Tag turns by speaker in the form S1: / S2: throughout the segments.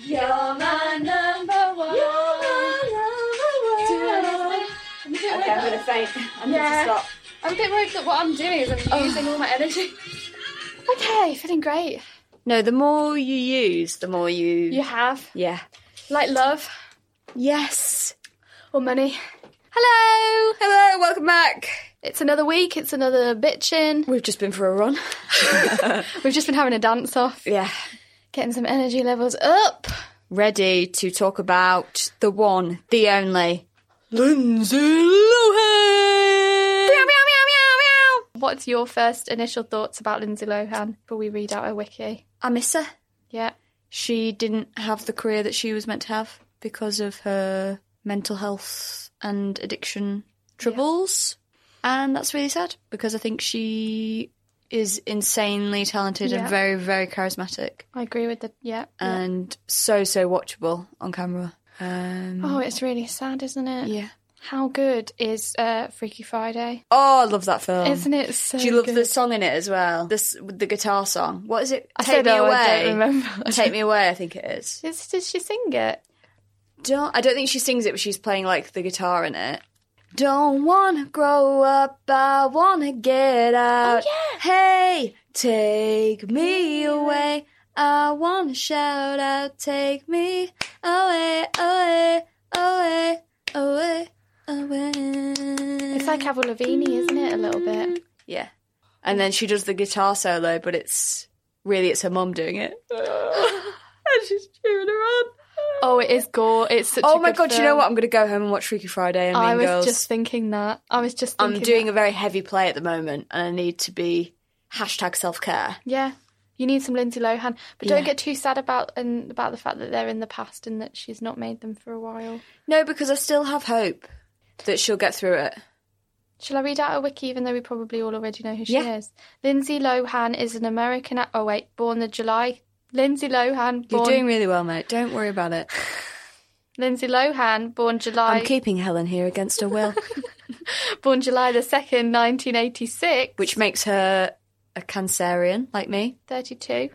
S1: You're my number one. You're my number one. I'm a bit worried
S2: Okay, I'm gonna
S1: that-
S2: faint. I need
S1: Yeah.
S2: to stop. Oh.
S1: I'm a bit worried that what I'm doing is I'm using all my energy. Okay, feeling great.
S2: No, the more you use, the more you.
S1: You have
S2: Yeah.
S1: like love
S2: Yes.
S1: or money.
S2: Hello. Hello. Welcome back.
S1: It's another week. It's another bitching.
S2: We've just been for a run.
S1: We've just been having a dance off,
S2: Yeah.
S1: getting some energy levels up.
S2: Ready to talk about the one, the only Lindsay Lohan. Meow, meow, meow, meow, meow.
S1: What's your first initial thoughts about Lindsay Lohan before we read out her wiki?
S2: I miss her.
S1: Yeah.
S2: She didn't have the career that she was meant to have because of her mental health and addiction troubles. And that's really sad because I think she is insanely talented
S1: Yeah.
S2: and very, very charismatic
S1: I agree with the yeah. yeah.
S2: and so, so watchable on camera. Um,
S1: oh, it's really sad, isn't it?
S2: yeah.
S1: How good is uh, Freaky Friday?
S2: Oh, I love that film.
S1: Isn't it so?
S2: Do you love
S1: good?
S2: the song in it as well? This the guitar song. What is it?
S1: I
S2: Take
S1: said,
S2: me
S1: oh,
S2: away.
S1: I don't remember.
S2: Take me away. I think it is.
S1: Does, does she sing it?
S2: Don't. I don't think she sings it, but she's playing like the guitar in it. Don't wanna grow up. I wanna get out.
S1: Oh,
S2: Hey, take me away. I wanna shout out. Take me away, away, away, away, away.
S1: It's like Avril Lavigne, isn't it? A little bit.
S2: Yeah. And then she does the guitar solo, but it's really it's her mum doing it. and she's cheering her on.
S1: Oh, it is gore. It's such.
S2: oh
S1: a
S2: my
S1: good
S2: god,
S1: Film.
S2: you know what? I'm gonna go home and watch Freaky Friday and Mean
S1: I was
S2: Girls.
S1: just thinking that. I was just.
S2: I'm
S1: Thinking
S2: doing
S1: that.
S2: a very heavy play at the moment and I need to be hashtag self care.
S1: Yeah, you need some Lindsay Lohan, but don't
S2: Yeah.
S1: get too sad about and about the fact that they're in the past and that she's not made them for a while.
S2: No, because I still have hope that she'll get through it.
S1: Shall I read out a wiki, even though we probably all already know who she
S2: Yeah.
S1: is? Lindsay Lohan is an American. a- Oh wait, born the July. Lindsay Lohan.
S2: You're
S1: Born,
S2: doing really well, mate. Don't worry about it.
S1: Lindsay Lohan, born July.
S2: I'm keeping Helen here against her will,
S1: born July the second, nineteen eighty six.
S2: which makes her a Cancerian like me.
S1: 32.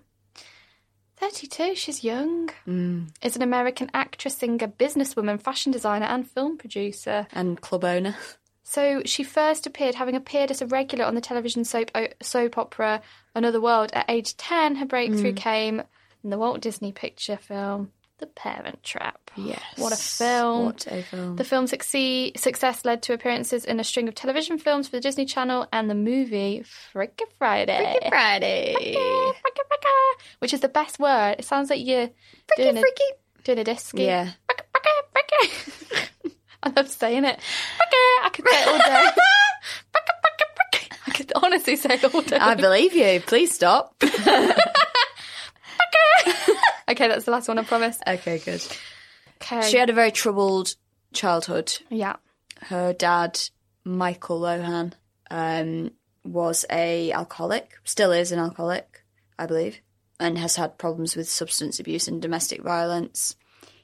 S1: 32, she's young.
S2: Mm.
S1: Is an American actress, singer, businesswoman, fashion designer, and film producer.
S2: And club owner.
S1: So she first appeared, having appeared as a regular on the television soap, o- soap opera Another World at age 10. Her breakthrough
S2: Mm.
S1: came in the Walt Disney picture film The Parent Trap.
S2: Yes.
S1: What a film.
S2: What a film.
S1: The film's succe- success led to appearances in a string of television films for the Disney Channel and the movie Freaky Friday. Freaky
S2: Friday.
S1: Fricka, fricka, fricka, which is the best word. It sounds like you're doing, A, doing a disky.
S2: Yeah.
S1: Fricka, fricka, fricka. I love saying it. Fricka, I could say it all day. Fricka, fricka, fricka. I could honestly say it all day.
S2: I believe you. Please stop.
S1: okay, that's the last one, I promise.
S2: okay, good.
S1: Okay.
S2: She had a very troubled childhood.
S1: yeah.
S2: Her dad, Michael Lohan, um, was a alcoholic, still is an alcoholic, I believe, and has had problems with substance abuse and domestic violence.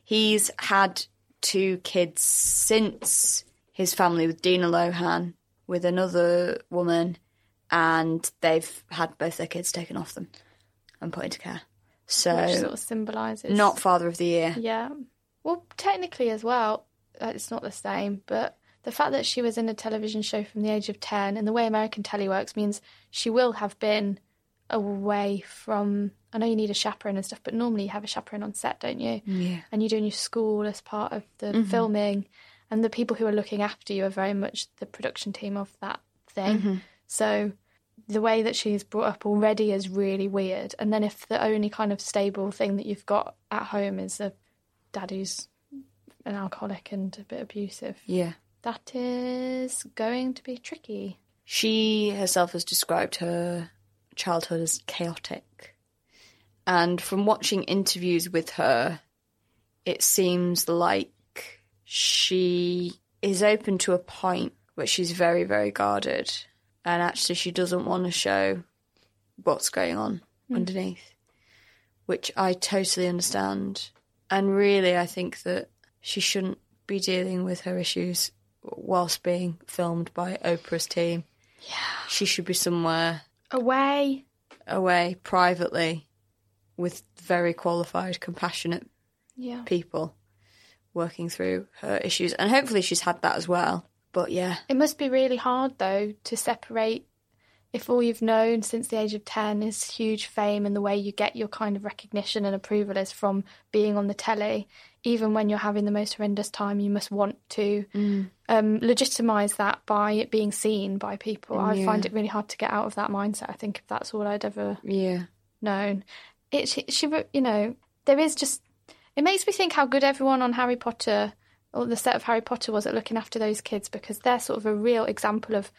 S2: He's had two kids since his family with Dina Lohan, with another woman, and they've had both their kids taken off them and put into care.
S1: Which
S2: So
S1: sort of symbolises.
S2: not father of the year.
S1: Yeah. Well, technically, as well, uh, it's not the same, but the fact that she was in a television show from the age of 10 and the way American telly works means she will have been away from. I know you need a chaperone and stuff, but normally you have a chaperone on set, don't you?
S2: Yeah.
S1: And you do in your school as part of the filming. And the people who are looking after you are very much the production team of that thing. So the way that she's brought up already is really weird. And then if the only kind of stable thing that you've got at home is a dad who's an alcoholic and a bit abusive,
S2: Yeah.
S1: that is going to be tricky.
S2: She herself has described her childhood as chaotic And from watching interviews with her, it seems like she is open to a point, but she's very, very guarded. And actually, she doesn't want to show what's going on underneath, which I totally understand. And really, I think that she shouldn't be dealing with her issues whilst being filmed by Oprah's team. Yeah. She should be somewhere
S1: Away.
S2: away privately with very qualified, compassionate
S1: Yeah.
S2: people working through her issues. And hopefully she's had that as well. But yeah,
S1: It must be really hard though to separate if all you've known since the age of 10 is huge fame and the way you get your kind of recognition and approval is from being on the telly even when you're having the most horrendous time you must want to um, legitimize that by it being seen by people i find it really hard to get out of that mindset i think if that's all i'd ever
S2: yeah.
S1: known. It she, she wrote- you know there is just it makes me think how good everyone on Harry Potter or the set of Harry Potter was at looking after those kids because they're sort of a real example of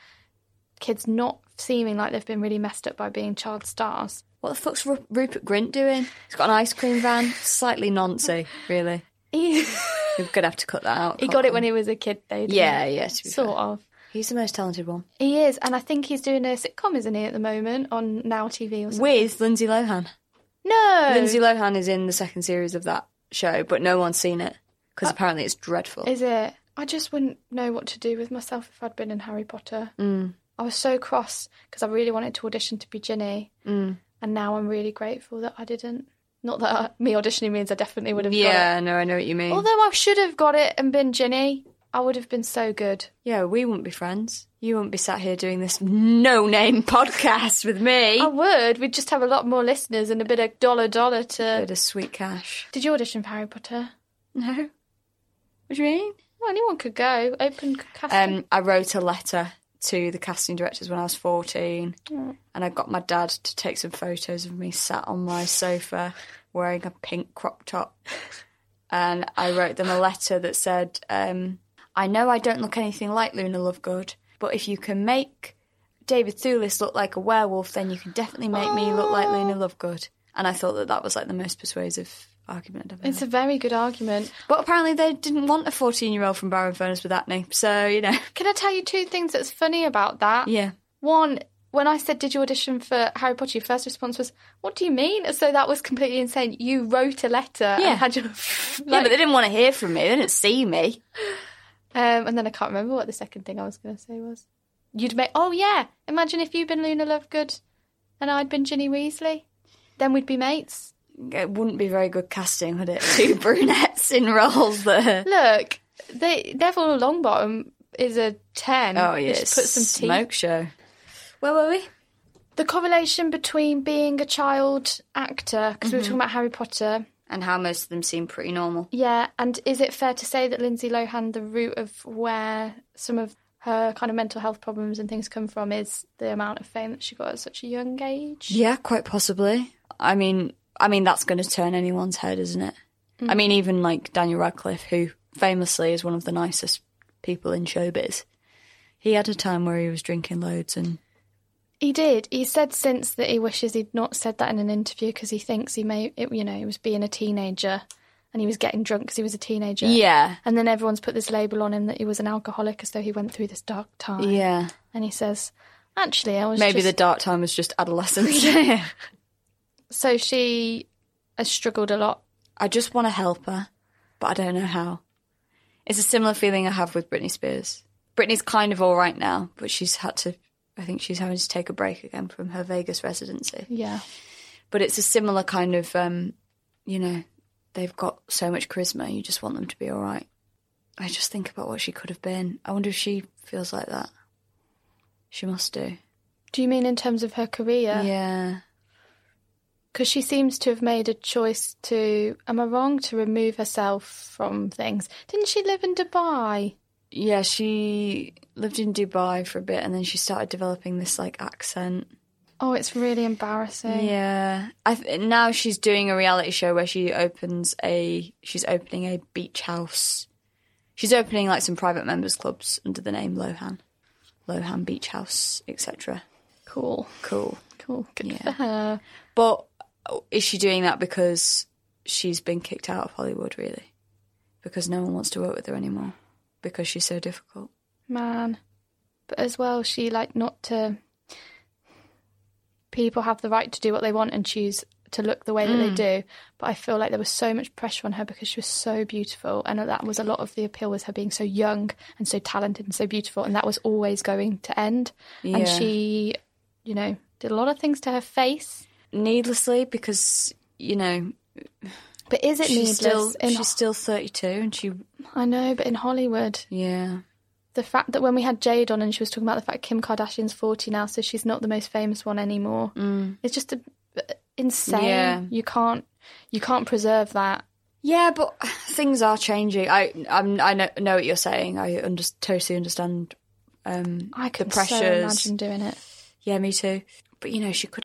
S1: kids not seeming like they've been really messed up by being child stars.
S2: What the fuck's Ru- Rupert Grint doing? He's got an ice cream van. Slightly noncy, really.
S1: He,
S2: You're gonna have to cut that out.
S1: he got it when he was a kid, though. Didn't
S2: Yeah,
S1: he?
S2: yeah, to be
S1: sort
S2: fair.
S1: of.
S2: He's the most talented one
S1: He is, and I think he's doing a sitcom, isn't he, at the moment on Now TV or something?
S2: with Lindsay Lohan.
S1: no,
S2: Lindsay Lohan is in the second series of that show, but no one's seen it because apparently it's dreadful.
S1: Oh. Is it? I just wouldn't know what to do with myself if I'd been in Harry Potter. Mm. I was so cross because I really wanted to audition to be Ginny, mm. and now I'm really grateful that I didn't. Not that I, me auditioning means I definitely would have
S2: yeah, no, I know what you mean.
S1: got it. Although I should have got it and been Ginny, I would have been so good.
S2: yeah, we wouldn't be friends. You wouldn't be sat here doing this no-name podcast with me.
S1: I would. We'd just have a lot more listeners and a bit of dollar dollar to.
S2: Bit of sweet cash.
S1: Did you audition for Harry Potter?
S2: No. What do you mean?
S1: Well, anyone could go. Open casting.
S2: Um, I wrote a letter to the casting directors when I was 14, and I got my dad to take some photos of me sat on my sofa wearing a pink crop top. And I wrote them a letter that said, um, I know I don't look anything like Luna Lovegood, but if you can make David Thewlis look like a werewolf, then you can definitely make me look like Luna Lovegood. And I thought that that was like the most persuasive argument I've ever
S1: it's
S2: heard.
S1: a very good argument.
S2: But apparently they didn't want a 14-year-old from Barrow-in-Furness with acne, so, you know,
S1: Can I tell you two things that's funny about that?
S2: yeah.
S1: One, when I said, Did you audition for Harry Potter? Your first response was, What do you mean? As though that was completely insane. You wrote a letter
S2: Yeah.
S1: and had your.
S2: yeah, but
S1: like-
S2: they didn't want to hear from me. They didn't see me.
S1: um, and then I can't remember what the second thing I was going to say was. You'd make, Oh, yeah. Imagine if you'd been Luna Lovegood and I'd been Ginny Weasley. Then we'd be mates.
S2: It wouldn't be very good casting, would it? Two brunettes in roles that.
S1: Look, they, Neville Longbottom is a 10.
S2: Oh yeah,
S1: Just put some teeth
S2: smoke show. Where were we?
S1: The correlation between being a child actor, because we
S2: Mm-hmm.
S1: were talking about Harry Potter,
S2: And how most of them seem pretty normal.
S1: Yeah, and is it fair to say that Lindsay Lohan, the root of where some of her kind of mental health problems and things come from, is the amount of fame that she got at such a young age?
S2: Yeah, quite possibly. I mean, I mean that's going to turn anyone's head, isn't it? I mean, even like Daniel Radcliffe, who famously is one of the nicest people in showbiz. He had a time where he was drinking loads and
S1: He did. He said since that he wishes he'd not said that in an interview because he thinks he may, it, you know, he was being a teenager and he was getting drunk because he was a teenager.
S2: yeah,
S1: And then everyone's put this label on him that he was an alcoholic as though he went through this dark time.
S2: yeah.
S1: And he says, actually, I was
S2: Maybe
S1: just-
S2: the dark time was just adolescence. yeah.
S1: So she has struggled a lot.
S2: I just want to help her, but I don't know how. It's a similar feeling I have with Britney Spears. Britney's kind of all right now, but she's had to, I think she's having to take a break again from her Vegas residency.
S1: Yeah.
S2: But it's a similar kind of, um, you know, they've got so much charisma, you just want them to be all right. I just think about what she could have been. I wonder if she feels like that. She must do.
S1: Do you mean in terms of her career?
S2: yeah.
S1: because she seems to have made a choice to am i wrong to remove herself from things didn't she live in dubai
S2: yeah, she lived in Dubai for a bit and then she started developing this like accent.
S1: oh it's really embarrassing
S2: Yeah. I th- now she's doing a reality show where she opens a she's opening a beach house. She's opening like some private members clubs under the name Lohan. Lohan Beach House, etc.
S1: cool
S2: Cool.
S1: cool good
S2: Yeah.
S1: for her
S2: But is she doing that because she's been kicked out of Hollywood, really? Because no one wants to work with her anymore because she's so difficult.
S1: man. But as well, she like not to. People have the right to do what they want and choose to look the way that
S2: Mm.
S1: they do. But I feel like there was so much pressure on her because she was so beautiful, and that was a lot of the appeal was her being so young and so talented and so beautiful, and that was always going to end.
S2: Yeah.
S1: And she, you know, did a lot of things to her face.
S2: Needlessly, because, you know,
S1: But is it
S2: she's
S1: needless?
S2: still,
S1: in,
S2: she's still 32 and she,
S1: I know, but in Hollywood,
S2: yeah.
S1: the fact that when we had Jade on and she was talking about the fact Kim Kardashian's 40 now, so she's not the most famous one anymore. Mm. It's just a, insane.
S2: Yeah.
S1: You can't you can't preserve that.
S2: Yeah, but things are changing. I I'm, I know, know what you're saying. I under, totally understand. Um,
S1: I could
S2: the
S1: so
S2: pressures.
S1: imagine doing it.
S2: yeah, me too. But you know, she could.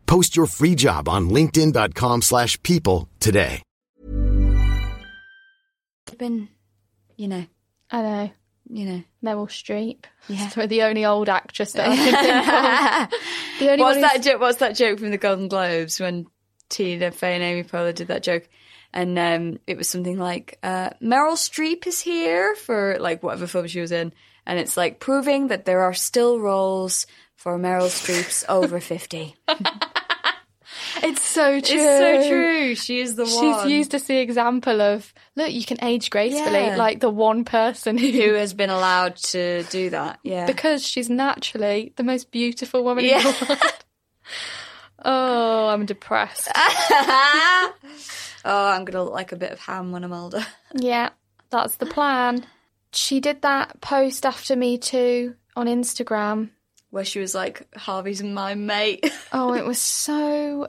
S3: Post your free job on linkedin.com/people slash people today.
S2: I've been, you know,
S1: I know.
S2: you know.
S1: Meryl Streep.
S2: Yeah.
S1: So the only old actress that I can think of. The only
S2: What's
S1: one who's-
S2: that joke? What's that joke from the Golden Globes when Tina Fey and Amy Poehler did that joke? And um, it was something like uh, Meryl Streep is here for like whatever film she was in, and it's like proving that there are still roles for Meryl Streep's over fifty.
S1: It's so true.
S2: It's so true. She is the one.
S1: She's used as the example of look, you can age gracefully,
S2: Yeah.
S1: like the one person
S2: who has been allowed to do that. Yeah.
S1: because she's naturally the most beautiful woman in
S2: Yeah.
S1: the world. Oh, I'm depressed.
S2: oh, I'm gonna look like a bit of ham when I'm older.
S1: yeah, that's the plan. She did that post after me too on Instagram.
S2: Where she was like, Harvey's my mate.
S1: Oh, it was so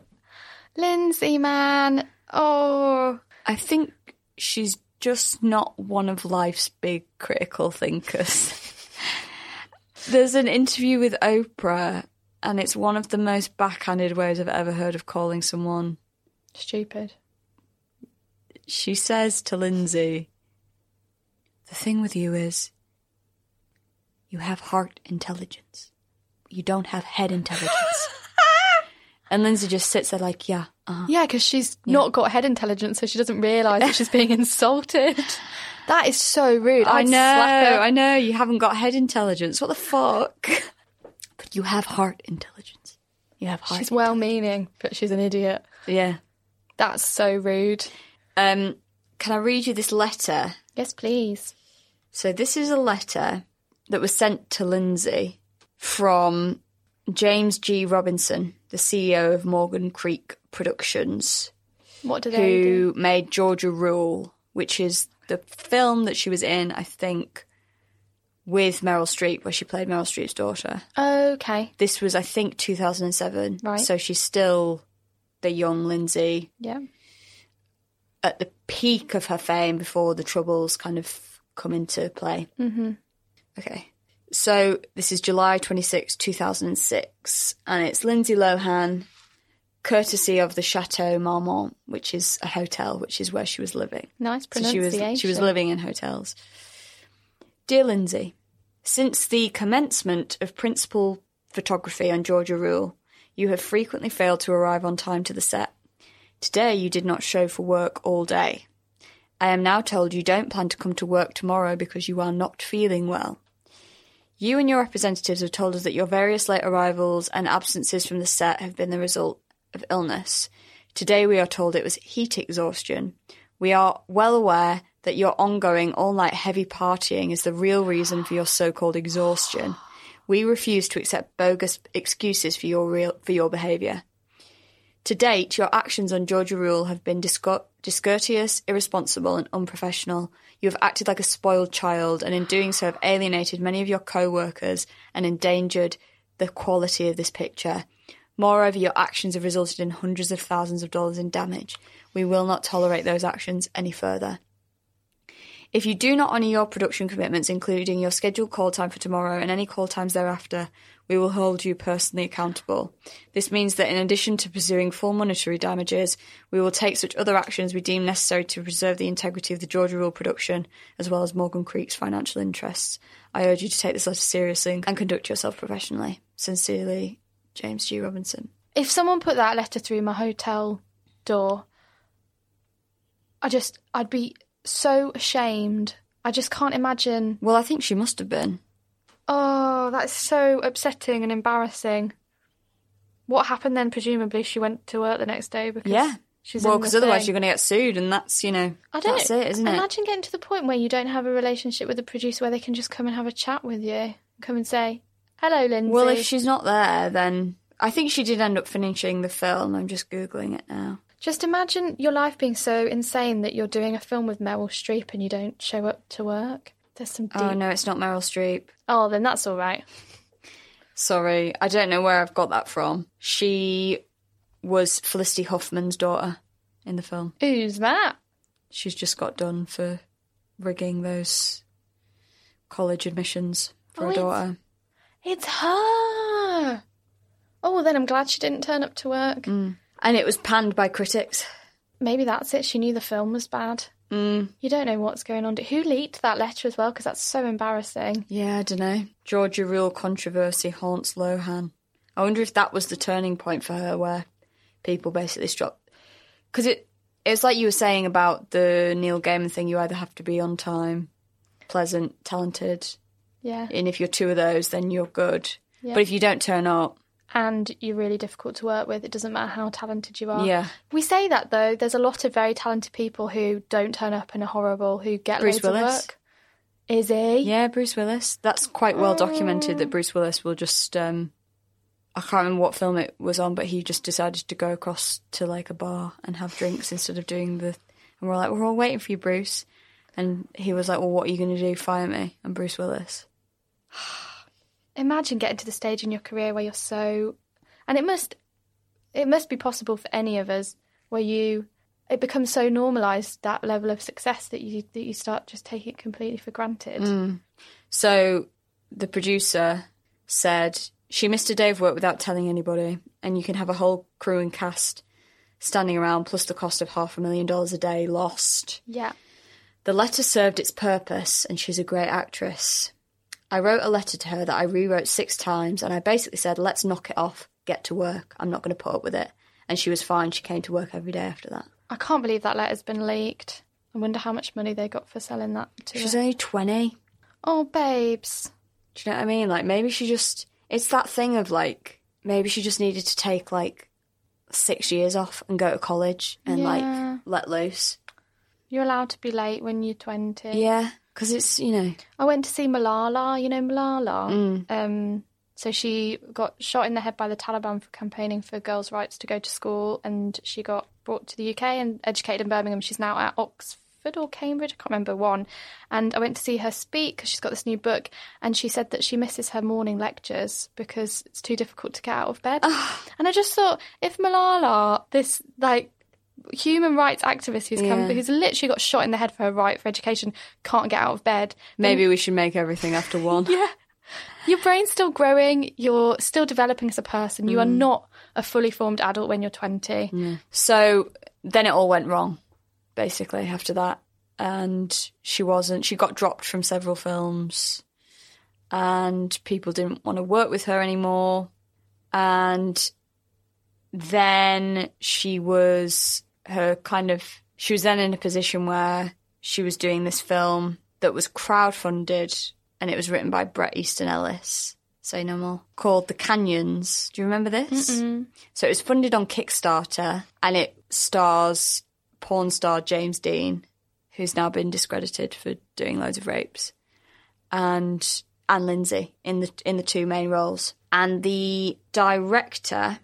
S1: Lindsay man. Oh,
S2: I think she's just not one of life's big critical thinkers. There's an interview with Oprah, and it's one of the most backhanded ways I've ever heard of calling someone.
S1: stupid.
S2: She says to Lindsay, The thing with you is you have heart intelligence, you don't have head intelligence. and Lindsay just sits there like, Yeah, uh
S1: Yeah, because she's not got head intelligence, so she doesn't realise that she's being insulted. That is so rude.
S2: I
S1: I'd
S2: know,
S1: slap her.
S2: I know. You haven't got head intelligence. What the fuck? But you have heart intelligence. You have heart.
S1: She's well meaning, but she's an idiot.
S2: yeah.
S1: That's so rude.
S2: Um, can I read you this letter?
S1: Yes, please.
S2: So this is a letter that was sent to Lindsay from James G. Robinson, the CEO of Morgan Creek Productions.
S1: What do they do?
S2: who made Georgia Rule, which is the film that she was in, I think, with Meryl Streep, where she played Meryl Streep's daughter.
S1: Oh, Okay.
S2: This was, I think, 2007.
S1: Right.
S2: So she's still the young Lindsay
S1: Yeah.
S2: at the peak of her fame before the Troubles kind of come into play.
S1: Mm-hmm.
S2: Okay. So this is July 26, 2006, and it's Lindsay Lohan, courtesy of the Chateau Marmont, which is a hotel, which is where she was living.
S1: Nice
S2: So she
S1: pronunciation.
S2: was she was living in hotels. Dear Lindsay, since the commencement of principal photography on Georgia Rule, You have frequently failed to arrive on time to the set. Today you did not show for work all day. I am now told you don't plan to come to work tomorrow because you are not feeling well. You and your representatives have told us that your various late arrivals and absences from the set have been the result of illness. Today we are told it was heat exhaustion. We are well aware that your ongoing all night heavy partying is the real reason for your so called exhaustion. We refuse to accept bogus excuses for your real, for your behaviour. To date, your actions on Georgia Rule have been disco- discourteous, irresponsible, and unprofessional. You have acted like a spoiled child, and in doing so, have alienated many of your co workers and endangered the quality of this picture. Moreover, your actions have resulted in hundreds of thousands of dollars in damage. We will not tolerate those actions any further. If you do not honour your production commitments, including your scheduled call time for tomorrow and any call times thereafter, we will hold you personally accountable. This means that in addition to pursuing full monetary damages, we will take such other actions we deem necessary to preserve the integrity of the Georgia Rule production, as well as Morgan Creek's financial interests. I urge you to take this letter seriously and conduct yourself professionally. Sincerely, James G. Robinson.
S1: If someone put that letter through my hotel door, I just, I'd be so ashamed. I just can't imagine.
S2: Well, I think she must have been.
S1: Oh, that's so upsetting and embarrassing. What happened then? Presumably, she went to work the next day because
S2: Yeah.
S1: she's
S2: well,
S1: because
S2: because otherwise you're going to get sued, and that's you know
S1: I don't
S2: that's it, isn't it?
S1: imagine getting to the point where you don't have a relationship with the producer where they can just come and have a chat with you, come and say, "Hello, Lindsay."
S2: Well, if she's not there, then I think she did end up finishing the film. I'm just googling it now.
S1: Just imagine your life being so insane that you're doing a film with Meryl Streep and you don't show up to work. There's some deep.
S2: Oh no, it's not Meryl Streep.
S1: Oh, then that's all right.
S2: Sorry, I don't know where I've got that from. She was Felicity Huffman's daughter in the film.
S1: Who's that?
S2: She's just got done for rigging those college admissions
S1: Oh,
S2: for her
S1: it's-
S2: daughter.
S1: It's her. Oh, well, then I'm glad she didn't turn up to work.
S2: Mm. And it was panned by critics.
S1: Maybe that's it. She knew the film was bad.
S2: Mm.
S1: You don't know what's going on. Who leaked that letter as well? Because that's so embarrassing.
S2: Yeah, I don't know. Georgia Rule controversy haunts Lohan. I wonder if that was the turning point for her, where people basically stopped. Because it it's like you were saying about the Neil Gaiman thing. You either have to be on time, pleasant, talented,
S1: Yeah.
S2: and if you're two of those, then you're good.
S1: Yeah.
S2: But if you don't turn up,
S1: And you're really difficult to work with. It doesn't matter how talented you are.
S2: Yeah.
S1: We say that though. There's a lot of very talented people who don't turn up and are horrible. Who get loads
S2: Bruce Willis.
S1: of work. Is he?
S2: yeah, Bruce Willis. That's quite well documented that Bruce Willis will just. um I can't remember what film it was on, but he just decided to go across to like a bar and have drinks instead of doing the. And we're like, we're all waiting for you, Bruce. And he was like, well, what are you going to do? Fire me? And Bruce Willis.
S1: imagine getting to the stage in your career where you're so and it must it must be possible for any of us where you it becomes so normalized that level of success that you that you start just taking it completely for granted
S2: Mm. So the producer said she missed a day of work without telling anybody, and you can have a whole crew and cast standing around, plus the cost of half a million dollars a day lost.
S1: yeah
S2: The letter served its purpose, and she's a great actress. I wrote a letter to her that I rewrote six times, and I basically said, Let's knock it off, get to work. I'm not going to put up with it. And she was fine. She came to work every day after that.
S1: i can't believe that letter's been leaked i wonder how much money they got for selling that to
S2: She's
S1: her.
S2: only 20.
S1: oh babes
S2: Do you know what I mean? Like, maybe she just. It's that thing of like, maybe she just needed to take like six years off and go to college and
S1: Yeah.
S2: like let loose.
S1: you're allowed to be late when you're 20
S2: Yeah. Because it's, you know.
S1: I went to see Malala, you know Malala. Um, so she got shot in the head by the Taliban for campaigning for girls' rights to go to school, and she got brought to the UK and educated in Birmingham. She's now at Oxford or Cambridge, I can't remember one. And I went to see her speak because she's got this new book, and she said that she misses her morning lectures because it's too difficult to get out of bed. and I just thought, if Malala, this like human rights activist who's come,
S2: Yeah.
S1: who's literally got shot in the head for her right for education, can't get out of bed,
S2: Maybe we should make everything after one.
S1: yeah. Your brain's still growing, you're still developing as a person. You are
S2: Mm.
S1: not a fully formed adult when you're 20.
S2: So then it all went wrong, basically, after that. And she wasn't, she got dropped from several films, and people didn't want to work with her anymore. And then she was her kind of she was then in a position where she was doing this film that was crowdfunded and it was written by Brett Easton Ellis. Say no more. Called The Canyons. Do you remember this? So it was funded on Kickstarter and it stars porn star James Dean, who's now been discredited for doing loads of rapes, and Anne Lindsay in the in the two main roles. And the director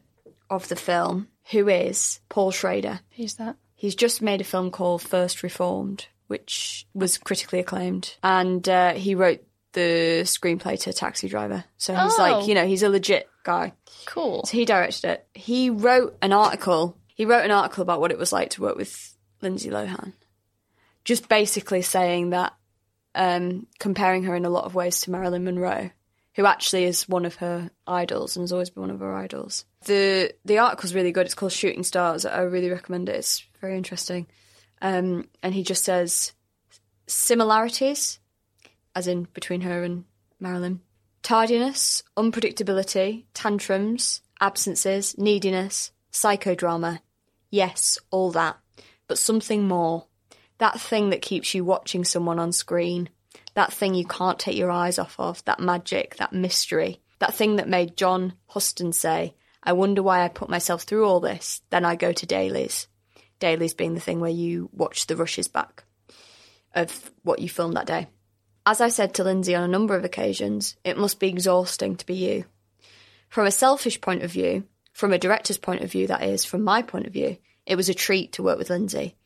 S2: of the film, who is Paul Schrader,
S1: Who's that?
S2: He's just made a film called First Reformed, which was critically acclaimed, and uh, he wrote the screenplay to Taxi Driver. So he's
S1: Oh.
S2: like, you know, he's a legit guy.
S1: Cool.
S2: So he directed it. He wrote an article. He wrote an article about what it was like to work with Lindsay Lohan, just basically saying that, um, comparing her in a lot of ways to Marilyn Monroe, who actually is one of her idols and has always been one of her idols. the The article's really good. It's called Shooting Stars. I really recommend it. It's very interesting. Um, and he just says similarities, as in between her and Marilyn. Tardiness, unpredictability, tantrums, absences, neediness, psychodrama. Yes, all that. But something more. That thing that keeps you watching someone on screen. That thing you can't take your eyes off of. That magic, that mystery. That thing that made John Huston say, I wonder why I put myself through all this. Then I go to dailies. Dailies being the thing where you watch the rushes back of what you filmed that day. As I said to Lindsay on a number of occasions, it must be exhausting to be you. From a selfish point of view, from a director's point of view, that is, from my point of view, it was a treat to work with Lindsay.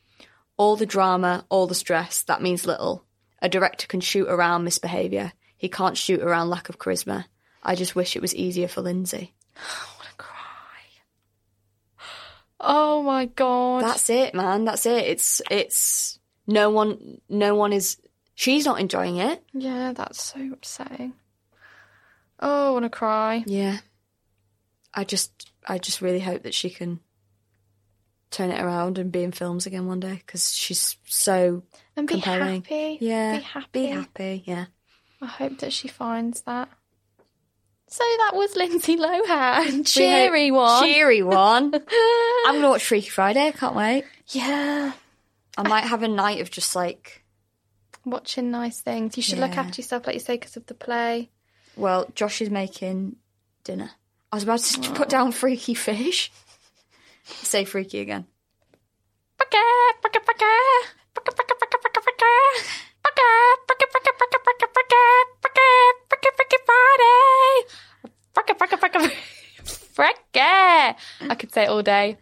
S2: All the drama, all the stress, that means little. A director can shoot around misbehaviour, he can't shoot around lack of charisma. I just wish it was easier for Lindsay.
S1: Oh my god.
S2: That's it, man. That's it. It's it's no one no one is she's not enjoying it.
S1: yeah, that's so upsetting. Oh, I want to cry.
S2: Yeah. I just I just really hope that she can turn it around and be in films again one day because she's so
S1: And be
S2: compelling.
S1: happy.
S2: Yeah.
S1: Be happy.
S2: Be happy. Yeah.
S1: I hope that she finds that. So that was Lindsay Lohan. Cheery
S2: We hope-
S1: one.
S2: Cheery one. I'm gonna watch Freaky Friday. I can't wait.
S1: yeah.
S2: I might have a night of just like
S1: Watching nice things. You should look
S2: Yeah.
S1: after yourself, like you say, because of the play.
S2: well, Josh is making dinner. I was about to put down Freaky Fish. Say freaky again.
S1: I could say it all day.